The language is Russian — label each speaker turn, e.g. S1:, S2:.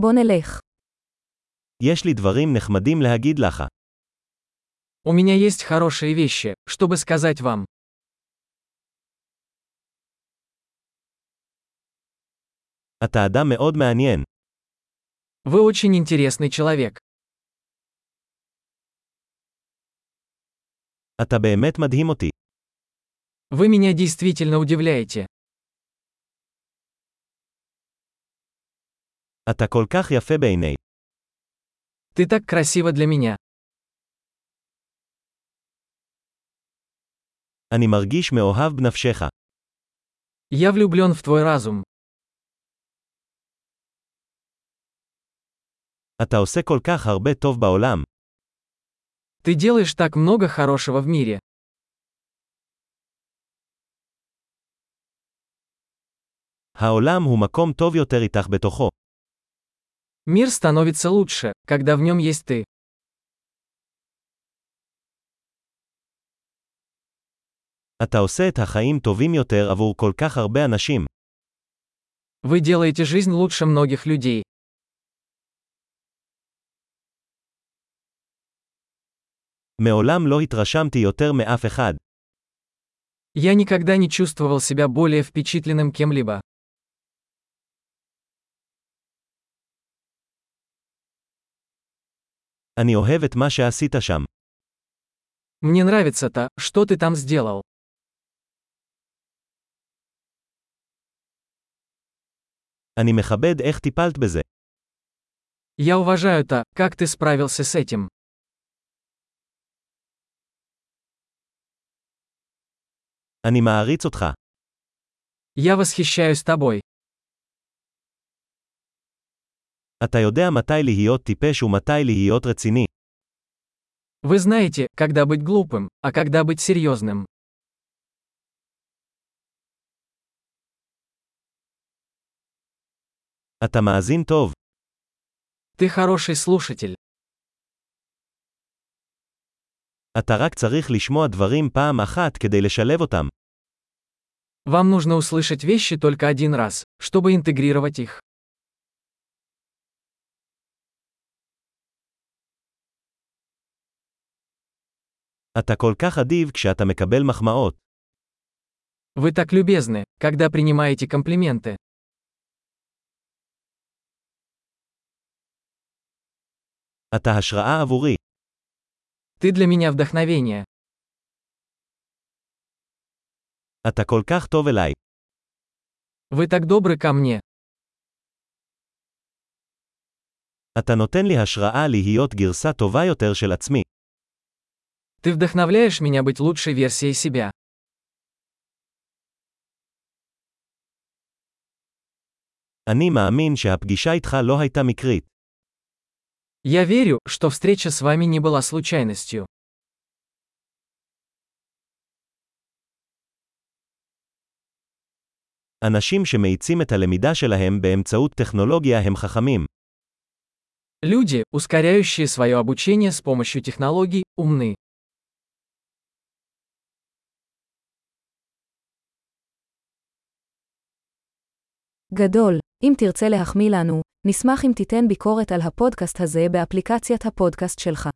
S1: בוא נלך.
S2: יש לי דברים נחמדים להגיד לך.
S3: У меня есть хорошие вещи, чтобы сказать вам.
S2: אתה אדם מאוד מעניין.
S3: Вы очень интересный человек.
S2: אתה באמת מדהים אותי.
S3: Вы меня действительно удивляете.
S2: אתה כל כך יפה בעיני.
S3: Ты так красива для меня.
S2: אני מרגיש מאוהב בנפשך.
S3: Я влюблен в твой разум.
S2: אתה עושה כל כך הרבה טוב בעולם.
S3: Ты делаешь так много хорошего в мире.
S2: העולם הוא מקום טוב יותר איתך בתוכו.
S3: Мир становится лучше, когда в нем есть ты.
S2: אתה עושה את החיים טובים יותר עבור כל כך הרבה אנשים.
S3: Вы делаете жизнь лучше многих людей.
S2: מעולם לא התרשמתי יותר מאף אחד.
S3: Я никогда не чувствовал себя более впечатленным кем-либо.
S2: אני אוהב את מה שעשית שם.
S3: Мне нравится то, что ты там сделал.
S2: אני מכבד איך טיפלת בזה.
S3: Я уважаю то, как ты справился с этим.
S2: אני מעריץ אותך.
S3: Я восхищаюсь тобой.
S2: אתה יודע מתי להיות טיפש ומתי להיות רציני.
S3: Вы знаете, когда быть глупым, а когда быть серьезным.
S2: אתה מאזין טוב.
S3: Ты хороший слушатель.
S2: אתה רק צריך לשמוע דברים פעם אחת כדי לשלב אותם.
S3: Вам нужно услышать вещи только один раз, чтобы интегрировать их.
S2: אתה כל כך אדיב כשאתה מקבל מחמאות.
S3: Вы так любезны, когда принимаете комплименты.
S2: אתה השראה עבורי.
S3: Ты для меня вдохновение.
S2: אתה כל כך טוב אליי.
S3: Вы так добры ко мне.
S2: אתה נותן לי השראה להיות גרסה טובה יותר של עצמי.
S3: Ты вдохновляешь меня быть лучшей версией себя.
S2: אני מאמין שהפגישה איתך לא הייתה מקרית.
S3: Я верю, что встреча с вами не была случайностью.
S2: אנשים שמאיצים את הלמידה שלהם באמצעות טכנולוגיה הם חכמים.
S3: Люди, ускоряющие свое обучение с помощью технологий, умны.
S1: גדול, אם תרצה להחמיא לנו, נשמח אם תיתן ביקורת על הפודקאסט הזה באפליקציית הפודקאסט שלך.